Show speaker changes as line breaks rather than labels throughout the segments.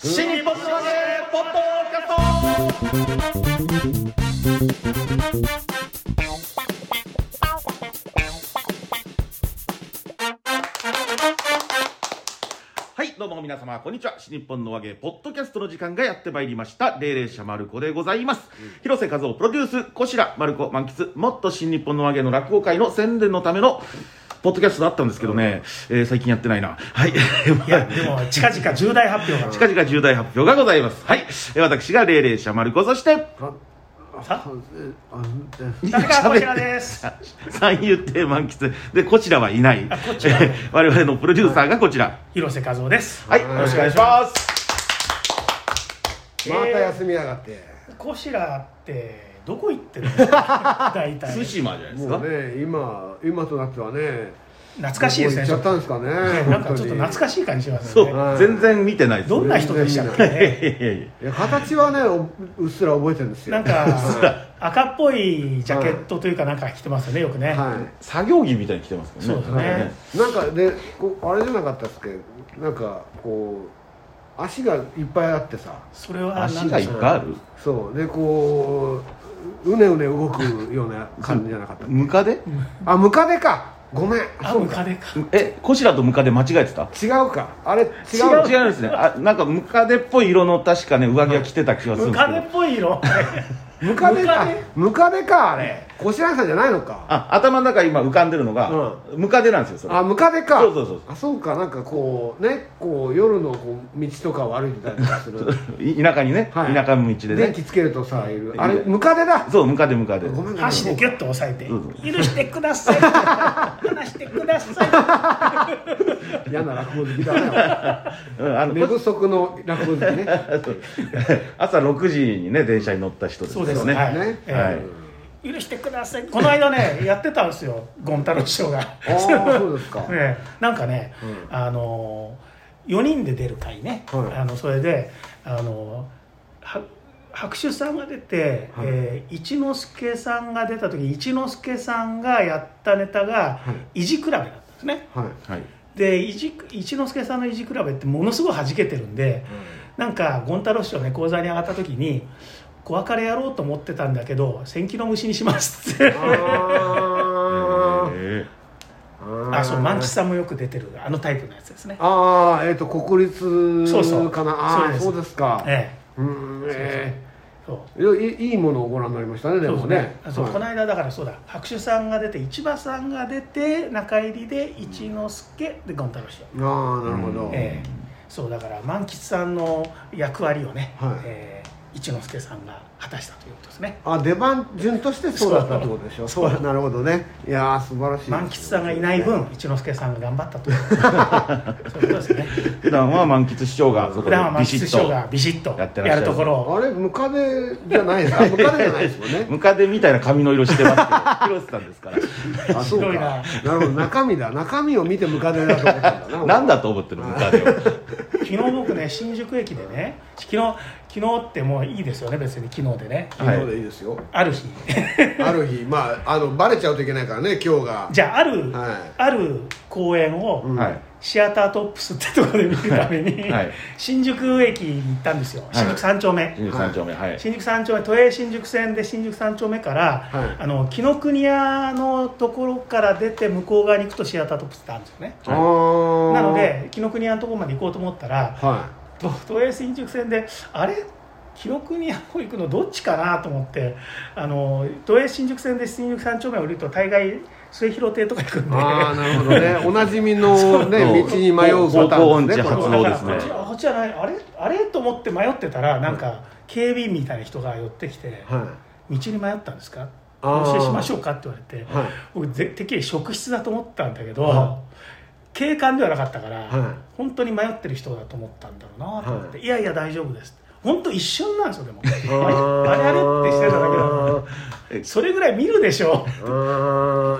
新日本の話ポッドキャストはい、どうも皆様、こんにちは。新日本の和芸ポッドキャストの時間がやってまいりました。霊霊者まる子でございます。広瀬和夫プロデュース、こしら、まる子満喫、もっと新日本の和芸の落語会の宣伝のための、ポッドキャストだったんですけどね、えー最近やってないな。はい。
いや、でも、近々重大発表が。
近々重大発表がございます。はい。えー私が霊霊者丸子、そして、
さ
あ
誰がこちらです。
三遊亭満喫。で、こちらはいない。
あこちらはね
我々のプロデューサーがこちら。
広瀬和夫です。
はい。よろしくお願いします。
また休みやがって
コシラって、どこ行ってるの 大体。
対馬じ
懐
ゃないです
も
か
う。ね今今となってはね
かしいですね。
どこ行っちゃったんですかね
なんかちょっと懐か
し
しい感じします
そ
よね。
う。
はい
全然見てないです。
どんな人でしたっけ
いや
ね。
いやいや
いや形はねおうっすら覚えてるんですよ
なん か、赤っぽいジャケットというか、なんか着てますよね、よくね。
は
作業着みたいに着てますもんね。
そうですね
はい
いなんかでこうあれじゃなかったっすっけなんかこう足がいっぱいあってさ
それは、な
足
ん
が
で
いっ
しょ
ぱいあ
う。
る
そうでこううねうね動くような感じじゃなかった
ムカデ
あムカデかごめん
あ、
そう
ム
か
カデか。
え、こちらとムカデ間違えてた
違うかあれ違う
違う違うんですね。あ、なんかムカデっぽい色の確かね、上着は着てた気がするんで
ム
す
カ
け
デ
ど
っ。ぽい 色。
ムカデか
ムカデ
ムカデかあれ小白さんじゃないのか
あ、頭の中今浮かんでるのが、ムカデなんですよ、それ。
あムカデか
そうそうそう
あそうかなんかこうねこう夜のこう道とかを歩いてたりとかする
い田舎にね、
はい
田舎の道で
電
ね
気つけるとさいる
ん
あれムカデだ
そうムカデムカデ
ごめんごめん
箸でギュッと押さえて
うん
「許してくださ い」「離してくださ
嫌な落語好きだね
うんあの
寝不足の落語好きね
朝6時にね電車に乗った人ですよ
そうです
ね
はい
ね
え
はい
い」「許してください」この間 ねやってたんですよゴン太郎師匠が、
ああそうですか
ね、なんかね、あの4人で出る回ね、
はい
あのそれであのは白手さんが出て、
はい
えー一之輔さんが出た時一之輔さんがやったネタが
は
「意地比べ」だったんですね
はい
はい
でいじ一之輔さんの「意地比べ」ってものすごい弾けてるんで、なんか権太郎師匠ね講座に上がった時に「小別れやろうと思ってたんだけど千キロ虫にします」って
あー
え
あー
あそうマンチさんもよく出てるあのタイプのやつですね
ああえっと国立
そうそう
かなああ
そ
そう
です
うですか
え
うーんえ
えそう
えいやいいいいものをご覧になりましたねで
そうで
も
す
ね
ねあそう
はい
この間だからそうだ白手さんが出て市場さんが出て中入りで一之輔で権太郎師匠
ああなるほど、
ええそうだから万吉さんの役割をね、
はい
ええ一之輔さんが果たしたということですね
あ出番順としてそうだったってことでしょ
そ
そうう なるほどねいやー素晴らしいです
満吉さんがいない分一之輔さんが頑張ったと そういうことですね
普段は満喫師匠がそこ
普
で
段は満
ビ
吉
シ
師
ッ
匠
と
がビシッと
やってらっしゃ
や
る
るところを
あれムカデじゃないで すかムカデじゃないですもんね
ムカデみたいな髪の色してますけど 広瀬さんですか
あそう
白い
か
な
なるほど中身だ中身を見てムカデだと思ったんだ
ら
な
なんだと思ってるムカデを
昨日僕ね新宿駅でね昨日昨日ってもういいですよね別に昨日でね
昨日でいいですよ、
ある日
ある日まああのバレちゃうといけないからね今日が
じゃあある、
はい
ある公演を、
うん
はい
シアタートップスってところで見るために、
はい
新宿駅に行ったんですよ
い
新宿3丁目、
新宿三丁目はい
新宿三丁目都営新宿線で新宿三丁目から、
はい
あの紀ノ国屋のところから出て向こう側に行くとシアタートップスってあるんですよね
あー
なので紀ノ国屋のところまで行こうと思ったら
は
と都営新宿線であれ紀ノ国屋の方行くのどっちかなと思ってあの都営新宿線で新宿三丁目を降りると大概末広亭とか行くん
い
で
ああなるほどねおなじみの ね
そう
道に迷うパターンですね
方向音痴発
これ
動
は
ですね
だからこっちこっちはないあれあれと思って迷ってたらなんか警備員みたいな人が寄ってきて
は
「
い
道に迷ったんですか?」
あ
お
ー
教えしましょうかって言われて、
はい
僕ぜてっきり職質だと思ったんだけど、
は
警官ではなかったから、
はい
本当に迷ってる人だと思ったんだろうなと思って、い、やいや大丈夫ですって本当一瞬なんですよでもあれあれってしてただけだもん
あー
それぐらい見るでしょ
あ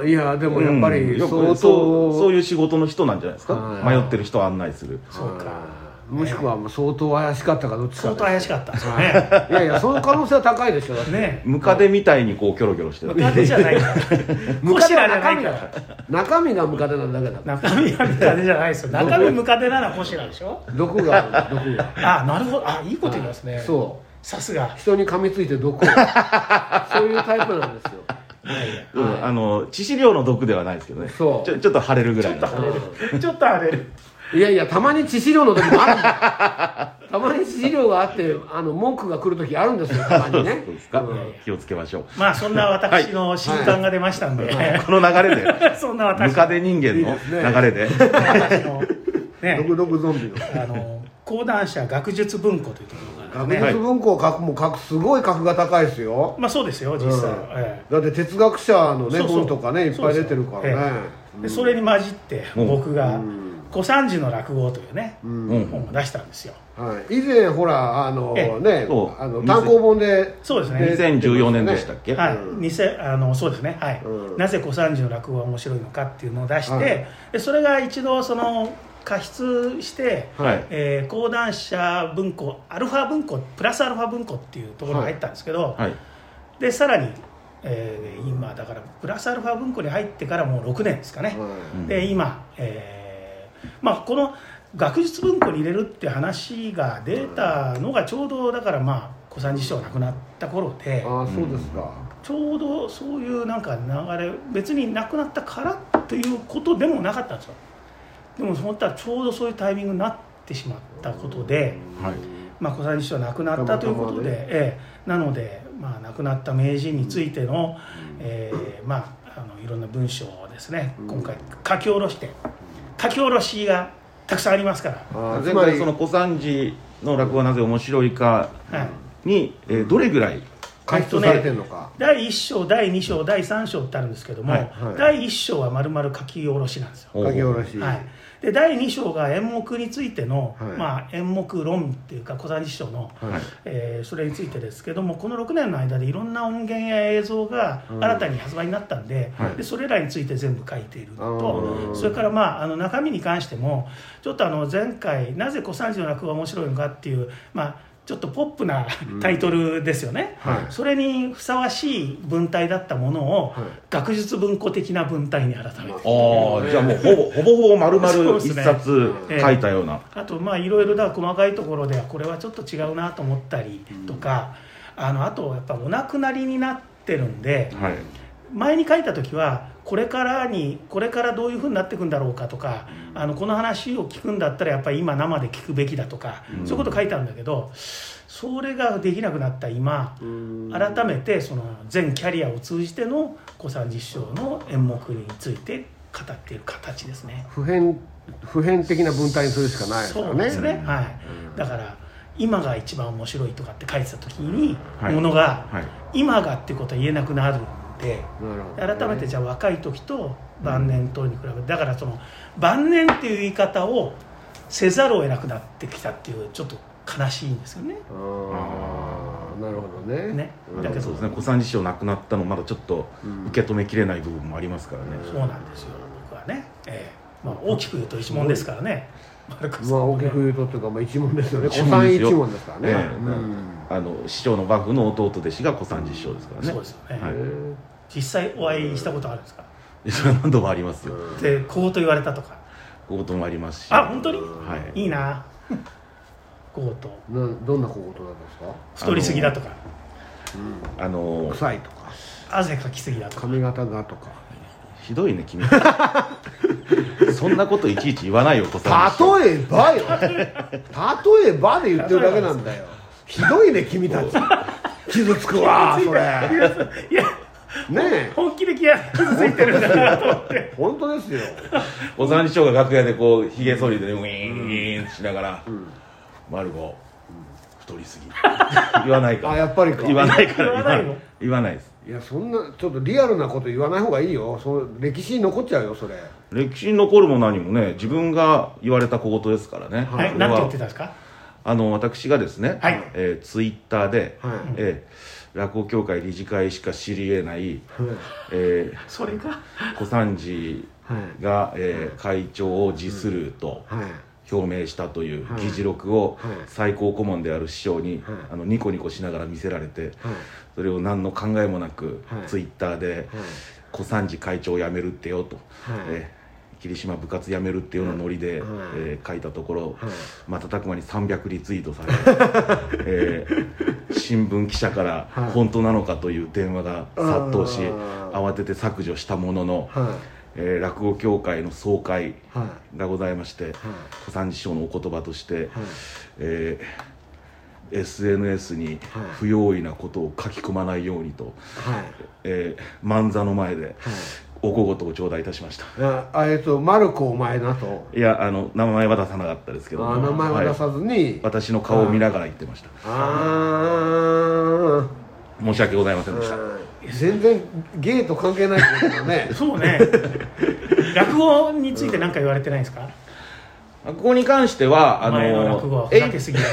ーいやでもやっぱ
う
り
んよ
相
く
当
そうそういう仕事の人なんじゃないですか
は
迷
い
ってる人を案内する
そうか
あもしくはもう相当怪しかったかどっちか
相当怪しかったんですよね
はいいやいやその可能性は高いでしょだって
ね
ムカデみたいにこうキョロキョロして
ム
る
カデじゃ ないから
ム
コ
カ
シ
デは
ラじゃな
中
いから
身だから中身がムカデなだけだから
中身はムカデじゃないですよ中身ムカデならコシラでしょ
毒がある毒が
あなるほどあいいこと言いますね
そ
さすが
う人に噛みついて毒をそういうタイプなんですよ
いやいや
うんあの致死量の毒ではないですけどね
そう
ちょちょっと腫れるぐらいの
ちょっと荒れる
いやいやたまに致死量の時もあるんだよたまに致死量があってあの文句が来る時あるんですよたまにね
そうですか、
うん
気をつけましょう
まあそんな私の新刊が出ましたんで、
この流れで
そんな私
ムカデ人間
いい
の
ですね
流れで
私のね
毒毒ゾンビの
あの講談社学術文庫というところがあるん
学
ですね、
術文庫を書くも書くすごい格が高いですよ
まあそうですよ実際、え
だって哲学者のね
そうそう
本とかねいっぱい出てるからね
えでそれに混じって僕が
うん
「小三治の落語」というね、
うん
うん
本を出したんですよ
はい、以前ほらあの
え
ね
そう
あの単行本で
そうですね
2014年でしたっけ、
はい、
うん
偽あのそうですね、はい
うん
なぜ小三治の落語が面白いのかっていうのを出して、
はい
でそれが一度その加筆して、
はい
えー講談社文庫アルファ文庫プラスアルファ文庫っていうところに入ったんですけど、
はい
でさらに、えー今だからプラスアルファ文庫に入ってからもう6年ですかね、
は
で今、えーまあ、この学術文庫に入れるって話が出たのがちょうどだからまあ小三治師匠が亡くなった頃で
い、ああそうですか、
ちょうどそういうなんか流れ別に亡くなったからっていうことでもなかったんですよでも本当はちょうどそういうタイミングになってしまったことで、
はい
まあ、小三治師匠亡くなったということで、
たまたまね
ええなので、まあ、亡くなった名人についての、ええまあ、あのいろんな文章をですね
うん
今回書き下ろして書き下ろしがたくさんありますから、
あー
前
つま
回
り
その小三治の落語はなぜ面白いか
はい、
に、えーどれぐらい
回答されてるのか、
第1章第2章第3章ってあるんですけども、
はい
はい
第1章は丸々書き下ろしなんですよ、
書
書き下ろし、
はい、で第2章が演目についての、
はい
まあ、演目論っていうか小三治師匠の、
はい
えーそれについてですけどもこの6年の間でいろんな音源や映像が
うん
新たに発売になったんで,、
はい
でそれらについて全部書いている
う
と
ん
それから、まあ、あの中身に関してもちょっとあの前回なぜ小三治の落語が面白いのかっていう、まあ、ちょっとポップなタイトルですよね、
はい
それにふさわしい文体だったものを、
はい
学術文庫的な文体に改めて。
ああじゃあもうほぼほぼほぼ丸々一冊
うですね
書いたような
あとまあいろいろだ細かいところではこれはちょっと違うなと思ったりとか、あのあとやっぱお亡くなりになってるんで
はい
前に書いた時はこれからにこれからどういうふうになっていくんだろうかとか、あのこの話を聞くんだったらやっぱり今生で聞くべきだとか、
うん
そういうこと書いたんだけどそれができなくなった今
うん
改めてその全キャリアを通じての小三治師匠の演目について語っている形ですね。
普遍普遍的な文体にするしかないですか
そ
ら
う
ね
ですね、はい、だから今が一番面白いとかって書いてた時に、
はい
ものが、
はい
今がってことは言えなくなるんで
なるほどね
改めてじゃあ若い時と晩年とに比べて、だからその晩年っていう言い方をせざるを得なくなってきたっていうちょっと悲しいんですよね。
ああなるほどね
ね
うん
だけど
そうですね小三治師匠亡くなったのまだちょっと
うん
受け止めきれない部分もありますからね、
そうなんですよ僕はね、ええまあ、大きく言うと一問ですからね。丸川さん
まあ大きく言うとっていうか、まあ、一問ですよね
一
小
問
三
です
一
よ
問ですからね、
ええ
うん
あの師匠の幕府の弟弟子が小三治師匠ですからね
そうですよね
はい
へ
実際お会いしたことあるんですか、
いやそれは何度もありますよ
でこうと言われたとか
こうともありますし
あ本当に
はい
いいなゴート
えなどんな小言なんですか、
太りすぎだとか
あの
臭いとか
汗かきすぎだとか
髪型がとか
ひどいね君 そんなこといちいち言わないよ小三治師匠
例えばよ例えばで言ってるだけな んだよひどいね君たち傷つくわそ
い
れ
や
ねえ
本気で気が傷ついてるんだなと思って
本当ですよ
小三治師匠が楽屋でこうひげ剃りでねウィーンウィーンってしながら「丸子太りすぎ」言わないか
あ
ら
やっぱりか
言わないから
言わないの
言わないです
いやそんなちょっとリアルなこと言わない方がいいよその歴史に残っちゃうよそれ
歴史に残るも何もね自分が言われた小言ですからね、
はい
これ
何
は
て言ってたんですか
あの私がですね、
はい
えーツイッターで、
はい
えー落語協会理事会しか知り得ない、え
それが
ー小三治が、えー会長を辞すると
はい
表明したという議事録を
はい
最高顧問である師匠に
はい
あのニコニコしながら見せられて
はい
それを何の考えもなく
はい
ツイッターで「小三治会長を辞めるってよ」と
はい
えー「霧島部活辞めるってよ」のノリで
はい
えー書いたところ
はい
瞬く間に300リツイート されえー新聞記者から
はい
「本当なのか?」という電話が殺到し
あー
慌てて削除したものの
はい
えー落語協会の総会
はいはい
がございまして小三治師匠のお言葉として、えー SNS に
はい
不用意なことを書き込まないようにと、
はい
えー漫座の前でお小言を頂戴いたしました
ああえっとマルコお前なと
いやあの名前は出さなかったですけども
あ名前は出
い
さずに、
私の顔を見ながら言ってました
あ
申し訳ございませんでした
あ全然ゲイと関係ないことだね
そう ね落語について何か言われてないですか、
ここに関してはあ
前の落語は
の
ふ
エ
ざけすぎだと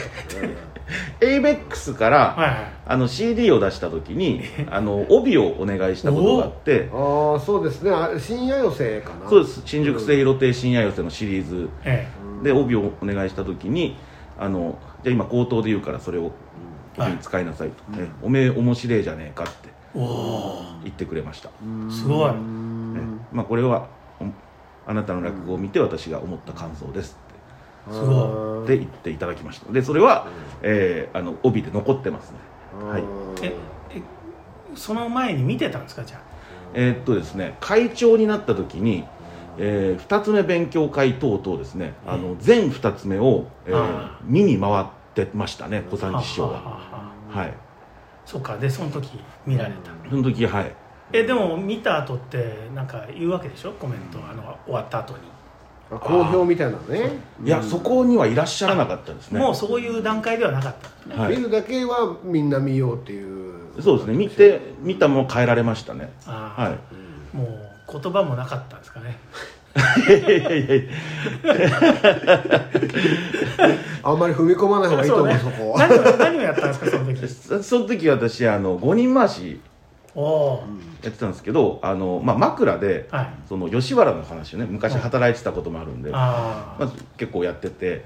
イベックスから、
はいはい
あの CD を出した時にあの帯をお願いしたことがあって
ああそうですねあ深夜寄せかな
そうです新宿聖露亭深夜寄せのシリーズ
え
で帯をお願いした時にあのじゃあ今口頭で言うからそれを時に使いなさいと、ねおめえ面白えじゃねえかって
えお
言ってくれました、
おすごい
ねまあこれはおあなたの落語を見て私が思った感想です
すご
ってで言っていただきましたでそれは、えーあの帯で残ってますねはい
いええその前に見てたんですかじゃ
えーっとですね会長になった時に、え2つ目勉強会等々ですねあの全2つ目を、えー
あ
見に回ってましたね小
あ
三治師匠
はあ
は
はあはあ
はい
そうかでその時見られた
その時はい
えでも見た後ってなんか言うわけでしょコメントあの終わった後に、
あ好評みたいなのね
いや、そこにはいらっしゃらなかったですね
もうそういう段階ではなかった
は
見
い、
るだけはみんな見ようっていう
そうですね見て見たもの変えられましたね
あ
は
ーもう言葉もなかったんですかね
いいやいやいやいや
あんまり踏み込まない方がいいと思うそこは
何を何をやったんですかその時
そその時私あの5人回し
おおー、
やってたんですけどあの、まあ、枕で
はい
その吉原の話をね昔働いてたこともあるんで、
あ
まあ、結構やってて、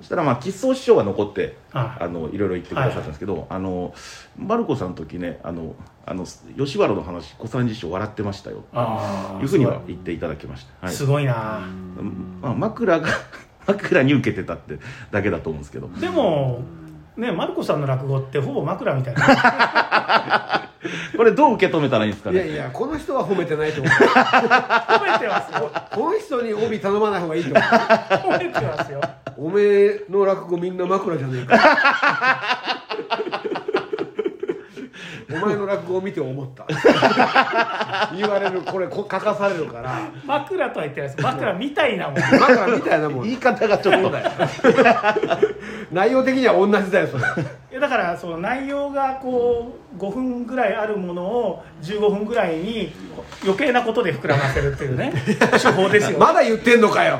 そしたらまあ吉宗師匠が残って
あ
あのいろいろ言ってくださったんですけど、あのマルコさんの時ねあのあの吉原の話小三治師匠笑ってましたよ
あ
いうふうには言っていただきました、はい
すごいな、
まあ、枕が枕に受けてたってだけだと思うんですけど
でもねマルコさんの落語ってほぼ枕みたいな
これどう受け止めたらいいんですか
いや
ね
いやこの人は褒めてないと思う
褒めてますよ
この人に帯頼まない方がいい と思
褒めてますよ
うおめえの落語みんな枕じゃねえか お前の落語を見て思った言われるこれこ書かされるから
枕とは言ってないです枕みたいなもん
枕みたいなもん
言い方がちょっと
内容的には同じだよそれ
いやだからその内容がこう5分ぐらいあるものを15分ぐらいに余計なことで膨らませるっていうね手法ですよ、
まだ言ってんのかよ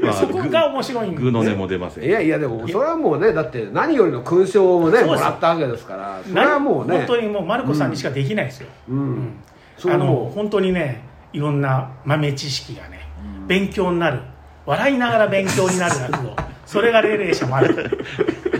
まあ
そこが面白いんで
グーの音も出ません
いやいやでもそれはもうねだって何よりの勲章をね
そうで
も
す
らったわけですからそれ
な
はもうね
本当にもうマルコさんにしかできないですよ、
うんそう
あ
思
の
う
本当にねいろんな豆知識がね勉強になる笑いながら勉強になる落語それが霊霊者もある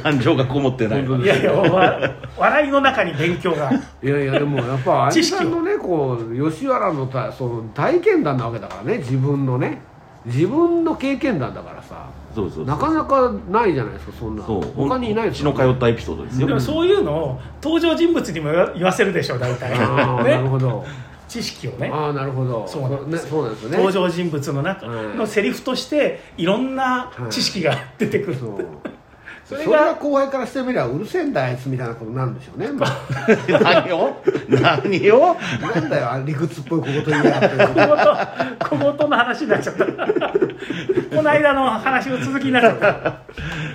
感情がこもってない
本当
いやいやわ笑いの中に勉強が
いやいやでもやっぱ兄
知識を
さんのねこう吉原のたその体験談なわけだからね自分のね自分の経験談だからさ
そうそうそう
なかなかないじゃないですかそんな
そう
他にいないで
うち
す
の
よ
通ったエピソードです
で
よ
もそういうのを登場人物にも言わせるでしょう大体
ああな る
ね
ほど
知識をね
ああなるほど
そうなんですよ
そうねそうなん
登
ですよね
場人物の中
うん
のセリフとしていろんな知識が出てくる、
そう
そ
それ
れが
が後輩からしてみればうるせえんだあいつみたいなことになるんでしょ うね、まあ
何を何を
なんだよあ理屈っぽいこと言いやがって
小言小言の話になっちゃったこの間の話の続きになっちゃった、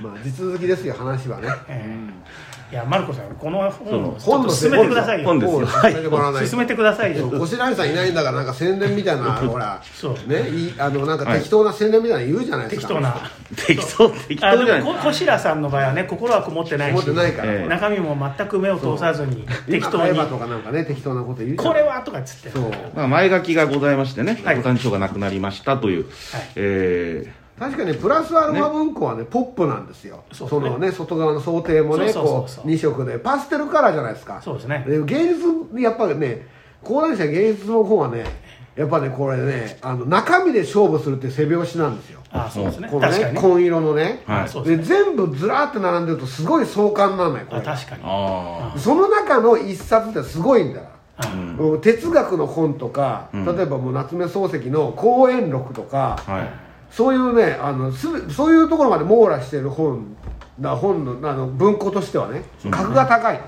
まあ地続きですよ話はね
ええいやマルコさんこの本をち
そ
ょっ
本
と
の
進めてください
本
よ
ですよ
もう進めてもらわないと
進めてください
で
よ
も越谷さんいないんだからなんか宣伝みたいなあのほら
そう
ねいあのなんか適当な宣伝みたいなの言うじゃないです
適当
か、
な
適当適
あ
当じゃ
で
ない
もこ小白さんの場合はね心はこもってないし
思ってないから、
ええ
中身も全く目を通さずに
適
適
当
当に
とかなんかね適当なこと言うじゃん
これはとかっつって
そう
まあ前書きがございましてね、
はい
小三治師匠が亡くなりましたという、
はい
えー
確かにプラスアルファ文庫はねポップなんですよ
そ
そう
ですね
のね外側の想定もね
そうそうそう
こ
そう
う2色でパステルカラーじゃないですか
そうですね
で芸術やっぱりね講談社芸術の方はねやっぱねこれねあの中身で勝負するって背拍子なんですよ
ああそうですね
こ
確
の
か
ね
にね
紺色のね、
はい
そう
で
ですね
全部ずらーって並んでるとすごい壮観なのよ
あ
これ
確かに
あ
その中の一冊ってすごいんだから
あ
うん哲学の本とか、例えばもう夏目漱石の「講演録」とか
あはい
そういうねあのすべそういうところまで網羅してる本だ本のあの文庫としてはね
そうね
格が高い、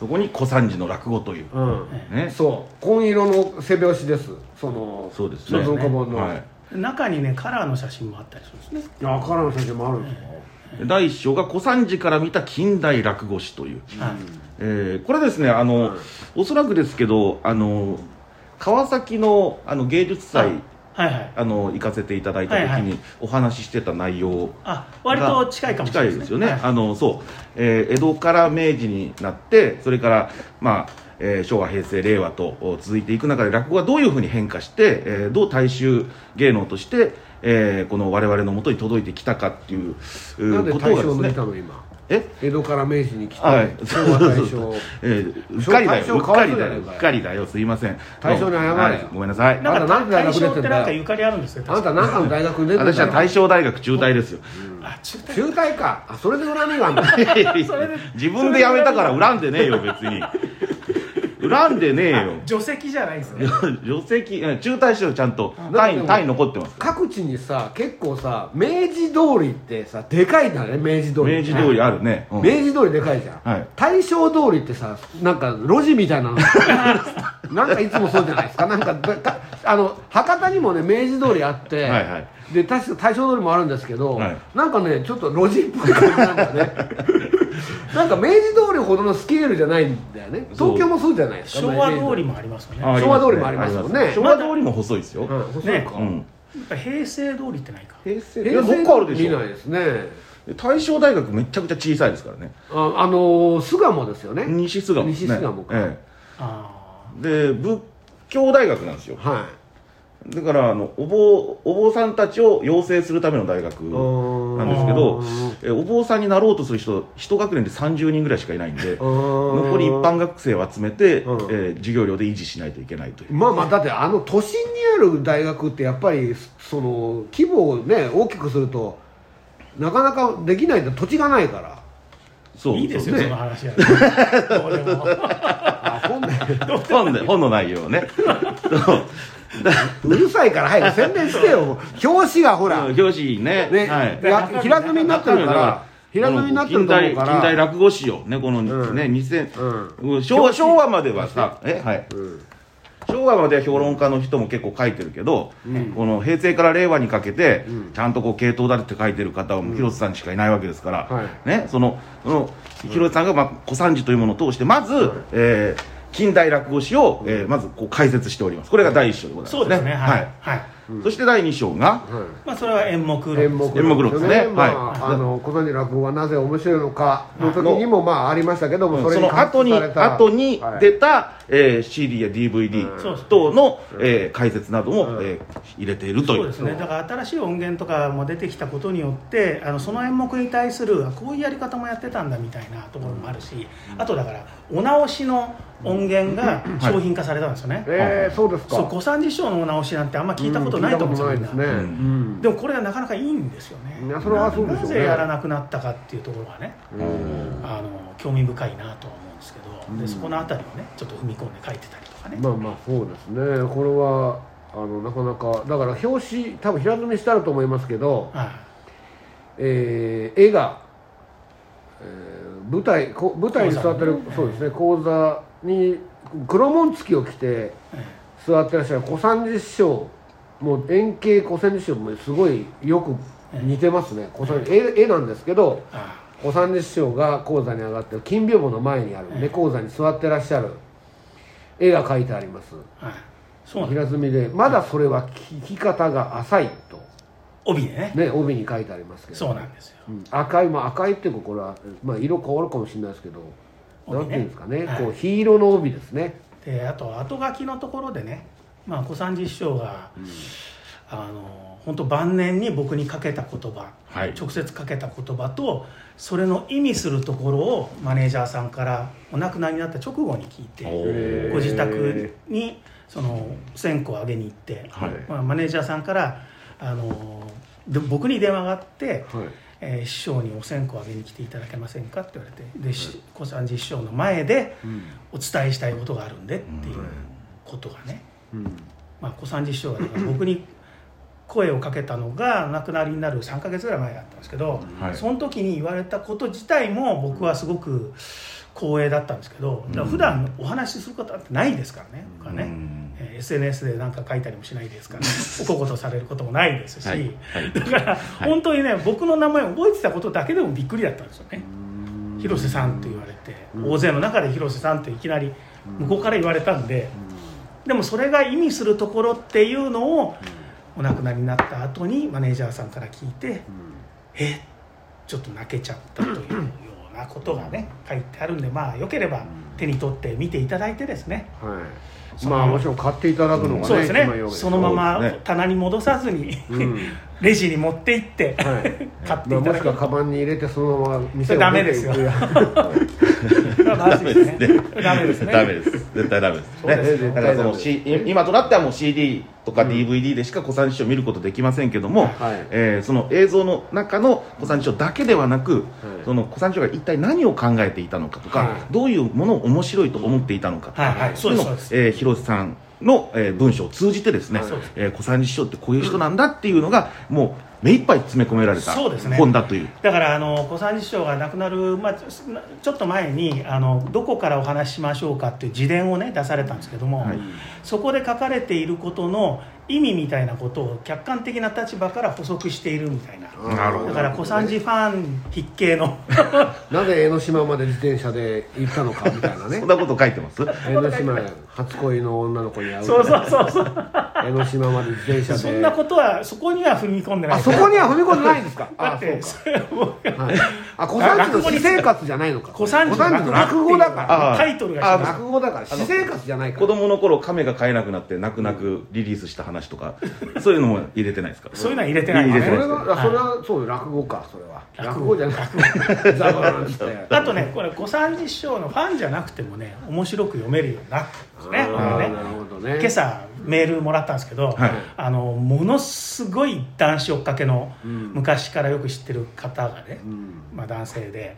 そこに小三治の落語という
うん
ね
そう紺色の背拍子ですその
そうですね
文庫本の、
はい
中にねカラーの写真もあったりするんですね
いやカラーの先生もあるんですよ、
で第一章が小三治から見た近代落語史という、
はい
えーこれですねあの、おそらくですけどあの川崎のあの芸術祭、
はいはい
あの行かせていただいた時
はいは
にお話ししてた内容
あ割と近いかもしれない
近いですよね、
はい
あのそう、えー江戸から明治になってそれからまあえー昭和平成令和とお続いていく中で落語がどういうふうに変化して、えーどう大衆芸能として、えーこの我々のもとに届いてきたかっていうう
なんで
こと
大
がで
正
す
の
ね
来たの今
え
江戸から明治に来た、
はい
昭和大正
えーうっかりだよ
大将
うっかり
かわいそうじゃ
だ
な
よ
いうか
っかりだよすいません
大将に謝れよ
はいごめんなさい
なん
あん
か
たなんで大
大
学
正
出
って
んだよ
てなんかゆかりあるんですよ
あな
確か
た何かの大学出て
私は
た
大正大学中退 ですよ
あ中退
中退かあそれで恨みがあんだ
自分で辞めたから恨んでねえよ別に恨んでねえよ
除籍じゃないんですね
除籍うん中退してるちゃんと
あ
単位
でも
単位残ってます
各地にさ結構さ明治通りってさでかいんだね明治通り
明治通りあるね、うん
明治通りでかいじゃん、
はい
大正通りってさなんか路地みたい なのなんかいつもそうじゃないですかなんかだだあの博多にもね明治通りあって
はいはい
で確か大正通りもあるんですけど、
はい
なんかねちょっと路地っぽい感じなんだね なんか明治通りほどのスケールじゃないんだよね
そう
東京もそうじゃないですか
昭和
明治
通
り
りもありますよね
あ
昭和通りもありますよね
あり昭和通りも細いですよ、
うんそう
ね
か、
うん
やっぱ平成通りってないか
平成いや
平
もっ
成
とあるでし
見
ょ
ないですね
大正大学めちゃくちゃ小さいですからね
ああのー巣鴨ですよね
西巣鴨です
西
ね
巣鴨か、
え
あ
えで仏教大学なんですよ
は
だからあのお坊お坊さんたちを養成するための大学
い
な
なん
ですけどえお坊さんになろうとする人一学年で30人ぐらいしかいないんで残
残
り一般学生を集めて、え
うん
ー授業料で維持しないといけないという
まあまあだってあの都心にある大学ってやっぱりその規模をね大きくするとなかなかできないんだ土地がないから
あ
そう
いいですよ
そう
その話はどうでも
あ本で
本で本の内容を ねそう
うるさいから早く宣伝してよもう表紙がほらね、
表紙ねはい
や平積みになってるから平積みになってると思う
近
か
代近代
ら
落語史をねこの、
うん
ね2000、
う
う
ん
ん昭和昭和まではさえはい
うん
昭和までは評論家の人も結構書いてるけど、この平成から令和にかけて、ちゃんとこう系統だって書いてる方はもう広瀬さんしかいないわけですから、
は
ね、そのその広瀬さんが、まあ、小三治というものを通してまず、えー近代落語史を、えーまずこう解説しておりますこれが第一章でございます、
そうですね
は
はいいはい
そして第二章が、
はい
まあそれは演目論
演目
演目論ですね
まあ、
はい
あの小谷落語はなぜ面白いのかの時にもまあありましたけども、
そ
れ
の後に
加筆された
後に
はい
出た、えー CD や DVD
そうですね
等の、えー解説なども、
うん
えー入れているとい
そううですねだから新しい音源とかも出てきたことによってあのその演目に対するあこういうやり方もやってたんだみたいなところもあるし、あとだからお直しの音源が商品化されたんですよね、
えー、そうですか
そう小三治師匠のお直しなんてあんま聞いたことないと思うん
ん
で
ですす
よ、
ね、
ね、
ん
でもこれがなかなかいいんですよね
いやそれはそうでしょうね
なぜやらなくなったかっていうところがね
うん
あの興味深いなとは思うんですけど、でそこのあたりをねちょっと踏み込んで書いてたりとかね、
まあまあそうですねこれはあのなかなかだから表紙多分平積みしてあると思いますけど、
はい
えー絵が、えー舞台こ舞台に座ってる
講座ね
そうですね講座に黒紋付きを着て座ってらっしゃる小三治師匠もう円形小三治師匠もすごいよく似てますね小三治絵絵なんですけど
あ
小三治師匠が講座に上がってる金屏風の前にある、ね、講座に座ってらっしゃる絵が描いてあります
あはいそうなんです
平積みでまだそれは聞き方が浅いと、
帯でね
ね、帯に書いてありますけど
そうなんですよ
うん赤い、まあ、赤いっていうかこれは、まあ、色変わるかもしれないですけど
帯
なん
ね
ていうんですかね、
はい
こう黄色の帯ですね
であと後書きのところでね、まあ、小三治師匠が、あの本当晩年に僕にかけた言葉、
はい
直接かけた言葉とそれの意味するところをマネージャーさんからお亡くなりになった直後に聞いて
おー
ご自宅にその線香をあげに行って、
はい
まあ、マネージャーさんからあので僕に電話があって、
はい
えー師匠にお線香をあげに来ていただけませんか?」って言われてでし小三治師匠の前でお伝えしたいことがあるんでっていうことがね、
うん
まあ、小三治師匠が だから僕に声をかけたのが亡くなりになる3ヶ月ぐらい前だったんですけど、
はい
その時に言われたこと自体も僕はすごく光栄だったんですけどだから普段お話しすることってないですからね,、僕はね
うん
えー SNS で何か書いたりもしないです から、おこことされることもないですし、
はいはい
だから
い
本当にね僕の名前を覚えてたことだけでもびっくりだったんですよね。広瀬さんって言われて、大勢の中で広瀬さんっていきなり向こうから言われたんで、でもそれが意味するところっていうのを、お亡くなりになった後にマネージャーさんから聞いて、えちょっと泣けちゃったというようなことがね書いてあるんでまあよければ手に取って見ていただいてですね、
はいまあもちろん買っていただくのがね
そうですね
一番良い
そのま
そうです
ま
ね
棚に戻さずに、
うん
レジに持って行って
はい
買って
まあ、
いた
も
だ
し
く
くはカバンに入れてそのまま店を
ダメですよ
出 ていく
ダメですねダメですね
ダメです絶対ダメです
そうですよ
ねだからその、C、今となってはもう CD とか DVD でしか小三師を見ることできませんけども、
はい
えーその映像の中の小三師だけではなく、その小三師が一体何を考えていたのかとか、
はい
どういうものを面白いと思っていたのかとか、
はいはいそうです
い
そう
のを
です
えー広瀬さんの、えー文章を通じてですね、
はいそうです
えー小三師匠ってこういう人なんだっていうのが、もう目いっぱい詰め込められた
そうですね
本だという
だからあの小三治師匠が亡くなる、まあ、ちょちょっと前にあの「どこからお話ししましょうか」っていう自伝をね出されたんですけども、
はい
そこで書かれていることの意味みたいなことを客観的な立場から補足しているみたいな
うん
なるほど
だから小三治ファン必見の
なぜ江ノ島まで自転車で行ったのかみたいなね
そんなこと書いてます
江ノ島や初恋の女の子に会う
そうそうそうそう
江ノ島まで自転車で
そんなことはそこには踏み込んでない
あそこには踏み込んでないんですか
だっ
あ
て
そう
それはもう
か、はい、あ小三治の私生活じゃないのか
小三治
小三治の落語だか
あー
タイトルが
ら
違う
落語だから私生活じゃないか
子
ら
供の頃亀が飼えなくなって泣く泣くリリースした話とかそういうのも入れてないですか
そういうのは入れてない
入
そ
れ
れ
てない
はあそれはそう落語かそれは
落
落
語
語じゃなくてザバーンって
あとねこれ小三治師匠のファンじゃなくてもね面白く読めるようになってますねこ
あ
れ
ー
ね
なるほどね
今朝メールもらったんですけど、
はい
あのものすごい男子追っかけの
うん
昔からよく知ってる方がね、
うん
まあ、男性で、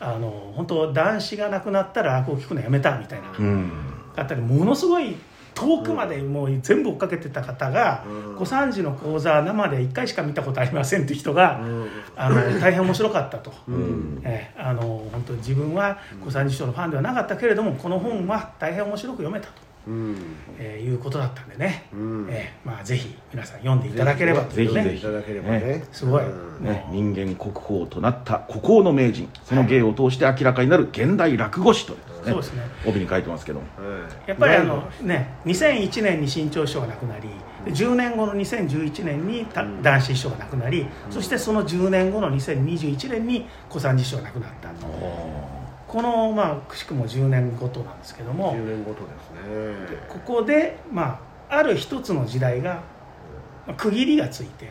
はい
あの本当男子が亡くなったら落語聞くのやめたみたいな
うん
方でものすごい遠くまでもう全部追っかけてた方が
うん
小三治の講座生で1回しか見たことありませんって人が、
うん
あの大変面白かったと。
うん
ええあの本当に自分は小三治師匠のファンではなかったけれどもこの本は大変面白く読めたと、
うん
えーいうことだったんでね、
うん
えーまあ、ぜひ皆さん読んでいただければというね
ぜひ
いただければね
すごい、
うん
ね、
も
人間国宝となった孤高の名人その芸を通して明らかになる現代落語史という
う
ね
そうですね
帯に書いてますけども
はい
やっぱりあ
ない
の、ね、2001年に新潮師匠が亡くなりで10年後の2011年にた男子師匠が亡くなり、そしてその10年後の2021年に小三治師匠が亡くなったとこの、まあ、くしくも10年ごとなんですけども
10年ごとですね
ここで、まあ、ある一つの時代がまあ区切りがついて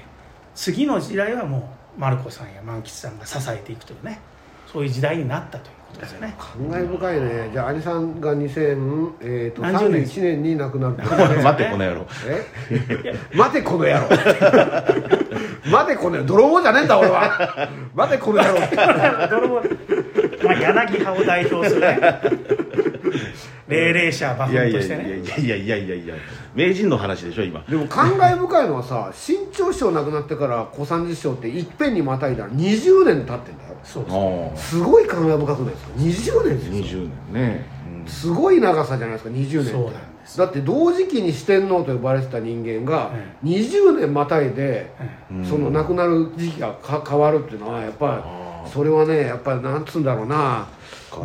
次の時代はもうマルコさんや万吉さんが支えていくというねそういう時代になったということですよね。
感慨深いねじゃあ兄さんが2000、えー、と
何十年
31年に亡くなる
待てこの野郎
え待てこの野郎待てこの野郎泥棒じゃねえんだ俺は待てこの野郎
泥棒まあ、柳派を代表す るね霊々者バ
い
フ
や
ン
い
と
や
し
い
て
や
ね
いやいやいやいやいや名人の話でしょ今
でも感慨深いのはさ新潮師匠亡くなってから小三治師匠っていっぺんにまたいだら20年経ってんだよ
そうそう
あ
すごい感慨深くないですか20年ですよ
20年ね、うん
すごい長さじゃないですか20年
そう
って
なんです
だって同時期に四天王と呼ばれてた人間が20年またいで、
う
うん
その亡くなる時期がか変わるっていうのはやっぱそれはねやっぱりなんつうんだろうな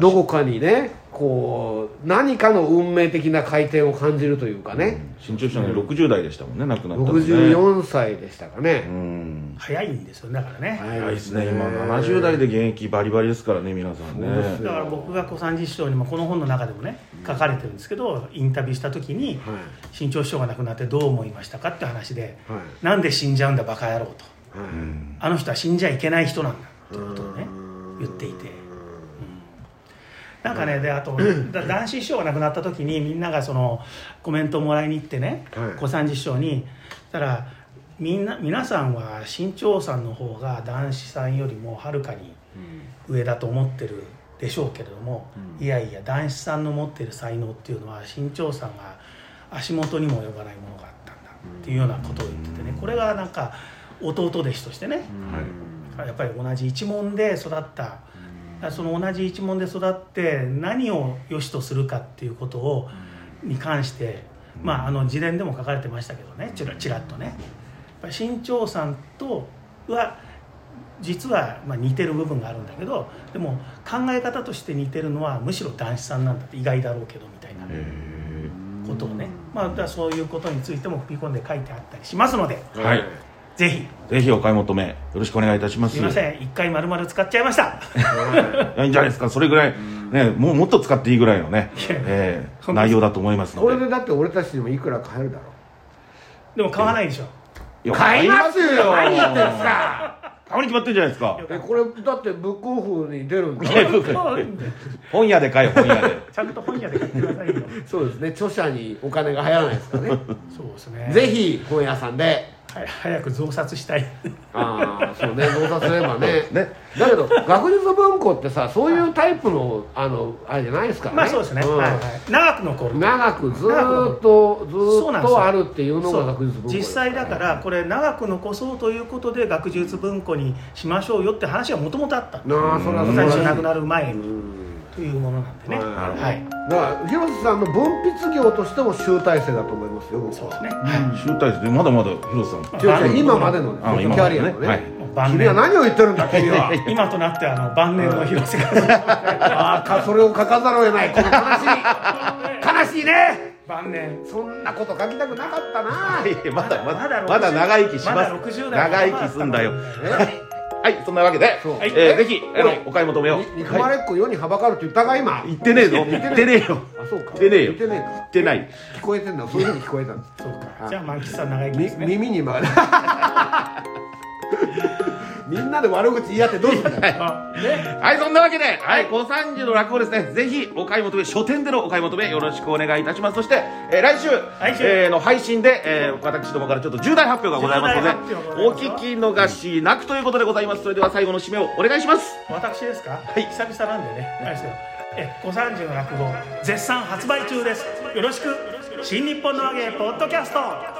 どこかにねこう何かの運命的な回転を感じるというかね、
新潮社の60代でしたもんね亡くなったのね
64歳でしたかね、
うん
早いんですよだからね、
早
早いですね今70代で現役バリバリですからね皆さん
そうです
ね
よ
だから僕が小三治師匠にもこの本の中でもね書かれてるんですけどインタビューした時に
はい
新潮師匠が亡くなってどう思いましたかって話で
はい
「なんで死んじゃうんだバカ野郎」と
はい、
うん
「あの人は死んじゃいけない人なんだ」ということをね
うん
言っていて。なんかねであとだ男子師匠が亡くなった時にみんながそのコメントをもらいに行ってね
はい
小三治師匠にそしたらみんな皆さんは新潮さんの方が男子さんよりもはるかに上だと思ってるでしょうけれども、
うん
いやいや男子さんの持ってる才能っていうのは身長差が足元にも及ばないものがあったんだっていうようなことを言っててねこれがなんか弟弟子としてね
はい
やっぱり同じ一門で育ったその同じ一門で育って何を良しとするかっていうことをに関して、まあ、あの自伝でも書かれてましたけどねちらちらっとねやっぱり新潮さんとは実はまあ似てる部分があるんだけどでも考え方として似てるのはむしろ男子さんなんだって意外だろうけどみたいな
へえ
ことをね、まあ、だからそういうことについても振り込んで書いてあったりしますので
はい
ぜひ
ぜひお買い求めよろしくお願いいたします
すみません一回丸々使っちゃいました。
はい
いやいいんじゃないですかそれぐらいねもうもっと使っていいぐらいのね
いや
ええ
そんな
内容だと思いますの
これ
で
でだって俺たちにもいくら買えるだろ
でも買わないでしょ
いうや
買いますよ
買
何
いま
言ってん
す
す
よ
か
買うに決まってるじゃないですか
えこれだってブックオフに出るんだ
いや僕本屋で買えよ本屋で
ちゃんと本屋で買ってくださいよ
そうですね著者にお金が入らないですからね
そうですね
ぜひ本屋さんで
はい早く増刷したい
ああそうね増刷すれば ね
ね
だけど学術文庫ってさそういうタイプのあのあれじゃないですからね
まあそうですね、
ん
はいはい、長く残る
長くずーっとず
そう
ー
な
っ
んです
と
よ
あるっていうのが学術文庫
そう実際だからこれ長く残そうということで学術文庫にしましょうよって話はもともとあったんで
なあそれは
す
そ
最
れ
初亡く
は
なる前に
うん
というものなんでね
は
はいい、
だから広瀬さんの文筆業としても集大成だと思いますよ僕は
そうですね、はい
集大成でまだまだ広瀬さん
違う違う
あの
今までのね
あの
キ
今ま
ャ
で
リ
の
ア
ね
のね
はい
もう晩
君は
年
何を言ってるんだ君は
今となってはあの晩年の広瀬が、
あかそれを書かざるを得ないこの悲しい悲しいね
晩年
そんなこと書きたくなかったない
やいやまだま
まだ
だまだ
60
長生きし
ま
ま
だ
す
60代
長生きすんだよ
まだ
はいそんなわけで
そう
え
は
ー
い
ぜひあ
はい
のお買い求めを
に憎まれっ子世にはばかるって言ったか今
言ってねえぞ言ってねえよ
あそうか
言ってねえよ
言ってねえか
言ってない
聞こえてんだそういうふうに聞こえたんです
そうかじゃあ満喫さん長生き
み
ですね
耳にま みんなで悪口言い合ってどうすんだよ
あね
はいそんなわけではい小三治の落語ですねぜひお買い求め書店でのお買い求めよろしくお願いいたしますそして、えー来週
来週
えーの配信で、えー私どもからちょっと重大発表がございますので
重大発表が
お
ござい
聞
ます
き逃しなくということでございますそれでは最後の締めをお願いします
私ですか、
い
久々なんでね、あれですよえ小三治の落語絶賛発売中ですよろしく新日本の揚げポッドキャスト